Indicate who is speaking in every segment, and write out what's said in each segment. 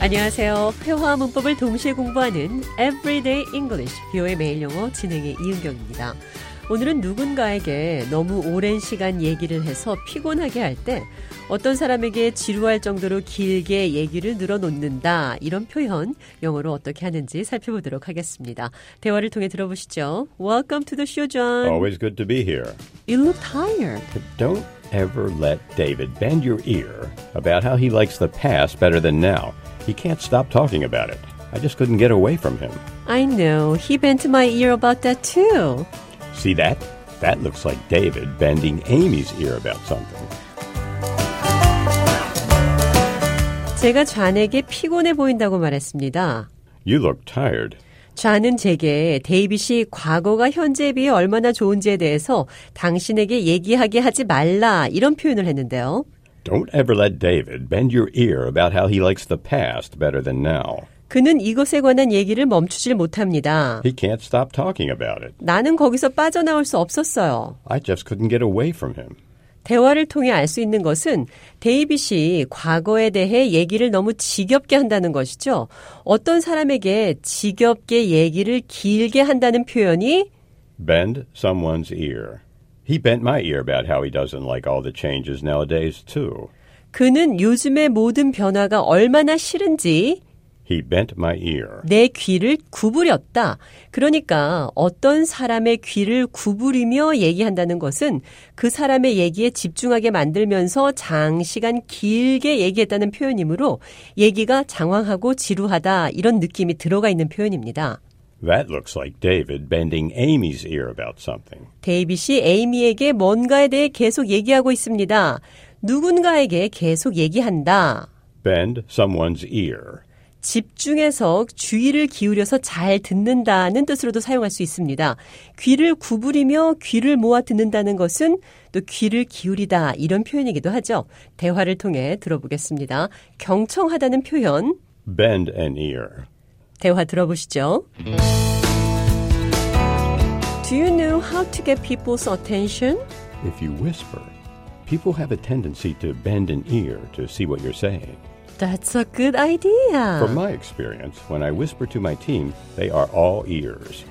Speaker 1: 안녕하세요. 회화와 문법을 동시에 공부하는 Everyday English, 뷰의 매일 영어 진행의 이은경입니다. 오늘은 누군가에게 너무 오랜 시간 얘기를 해서 피곤하게 할 때 어떤 사람에게 지루할 정도로 길게 얘기를 늘어놓는다. 이런 표현 영어로 어떻게 하는지 살펴보도록 하겠습니다. 대화를 통해 들어보시죠. Welcome to the show, John.
Speaker 2: Always good to be here.
Speaker 1: You look tired.
Speaker 2: But don't ever let David bend your ear about how he likes the past better than now. He can't stop talking about it. I just couldn't get away from him.
Speaker 1: I know. He bent my ear about that too.
Speaker 2: See that? That looks like David bending Amy's ear about something.
Speaker 1: 제가 좌에게 피곤해 보인다고 말했습니다.
Speaker 2: You look tired.
Speaker 1: 좌는 제게 데이빗이 과거가 현재에 비해 얼마나 좋은지에 대해서 당신에게 얘기하게 하지 말라 이런 표현을 했는데요.
Speaker 2: Don't ever let David bend your ear about how he likes the past better than now.
Speaker 1: 그는 이것에 관한 얘기를 멈추질 못합니다.
Speaker 2: He can't stop talking about it.
Speaker 1: 나는 거기서 빠져나올 수 없었어요.
Speaker 2: I just couldn't get away from him.
Speaker 1: 대화를 통해 알 수 있는 것은 데이빗이 과거에 대해 얘기를 너무 지겹게 한다는 것이죠. 어떤 사람에게 지겹게 얘기를 길게 한다는 표현이
Speaker 2: Bend someone's ear. He bent my ear about how he doesn't like all the changes nowadays, too.
Speaker 1: 그는 요즘의 모든 변화가 얼마나 싫은지
Speaker 2: He bent my ear.
Speaker 1: 내 귀를 구부렸다. 그러니까 어떤 사람의 귀를 구부리며 얘기한다는 것은 그 사람의 얘기에 집중하게 만들면서 장시간 길게 얘기했다는 표현이므로 얘기가 장황하고 지루하다 이런 느낌이 들어가 있는 표현입니다.
Speaker 2: That looks like David bending Amy's ear about something.
Speaker 1: 데이빗이 에이미에게 뭔가에 대해 계속 얘기하고 있습니다. 누군가에게 계속 얘기한다.
Speaker 2: Bend someone's ear.
Speaker 1: 집중해서 주의를 기울여서 잘 듣는다는 뜻으로도 사용할 수 있습니다. 귀를 구부리며 귀를 모아 듣는다는 것은 또 귀를 기울이다 이런 표현이기도 하죠. 대화를 통해 들어보겠습니다. 경청하다는 표현
Speaker 2: Bend an ear.
Speaker 1: 대화 들어보시죠. Do you know how to get people's attention?
Speaker 2: If you whisper, people have a tendency to bend an ear to see what you're saying.
Speaker 1: That's a good idea.
Speaker 2: From my experience, when I whisper to my team, they are all ears.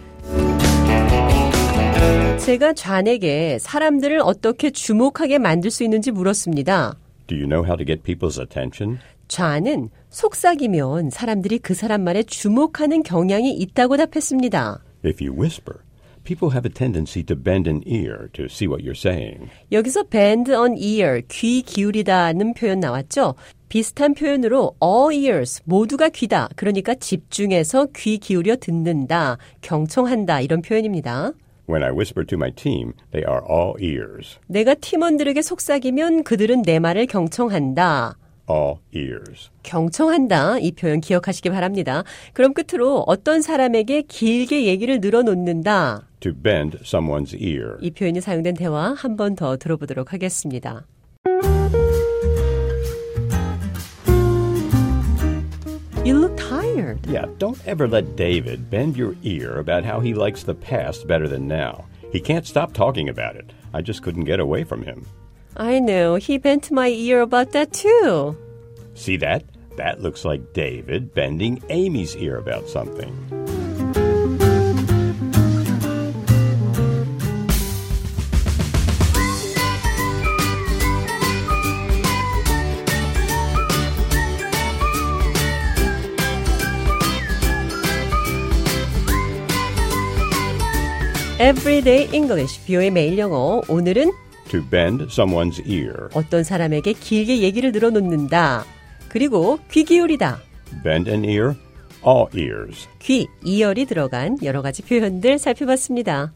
Speaker 1: 제가 좌에게 사람들을 어떻게 주목하게 만들 수 있는지 물었습니다.
Speaker 2: Do you know how to get people's attention?
Speaker 1: 좌는 속삭이면 사람들이 그 사람 말에 주목하는 경향이 있다고 답했습니다.
Speaker 2: If you whisper, people have a tendency to bend an ear to see what you're saying.
Speaker 1: 여기서 bend on ear, 귀 기울이다는 표현 나왔죠? 비슷한 표현으로 all ears, 모두가 귀다. 그러니까 집중해서 귀 기울여 듣는다, 경청한다 이런 표현입니다.
Speaker 2: When I whisper to my team, they are all ears.
Speaker 1: 내가 팀원들에게 속삭이면 그들은 내 말을 경청한다.
Speaker 2: All ears.
Speaker 1: 경청한다. 이 표현 기억하시기 바랍니다. 그럼 끝으로 어떤 사람에게 길게 얘기를 늘어놓는다.
Speaker 2: To bend someone's ear.
Speaker 1: 이 표현이 사용된 대화 한 번 더 들어보도록 하겠습니다. You look tired.
Speaker 2: Yeah, don't ever let David bend your ear about how he likes the past better than now. He can't stop talking about it. I just couldn't get away from him.
Speaker 1: I know. He bent my ear about that too.
Speaker 2: See that? That looks like David bending Amy's ear about something.
Speaker 1: Everyday English, 뷰의 매일 영어. 오늘은
Speaker 2: To bend someone's ear.
Speaker 1: 어떤 사람에게 길게 얘기를 늘어놓는다. 그리고 귀 기울이다.
Speaker 2: Bend an ear, all ears.
Speaker 1: 귀, 이열이 들어간 여러 가지 표현들 살펴봤습니다.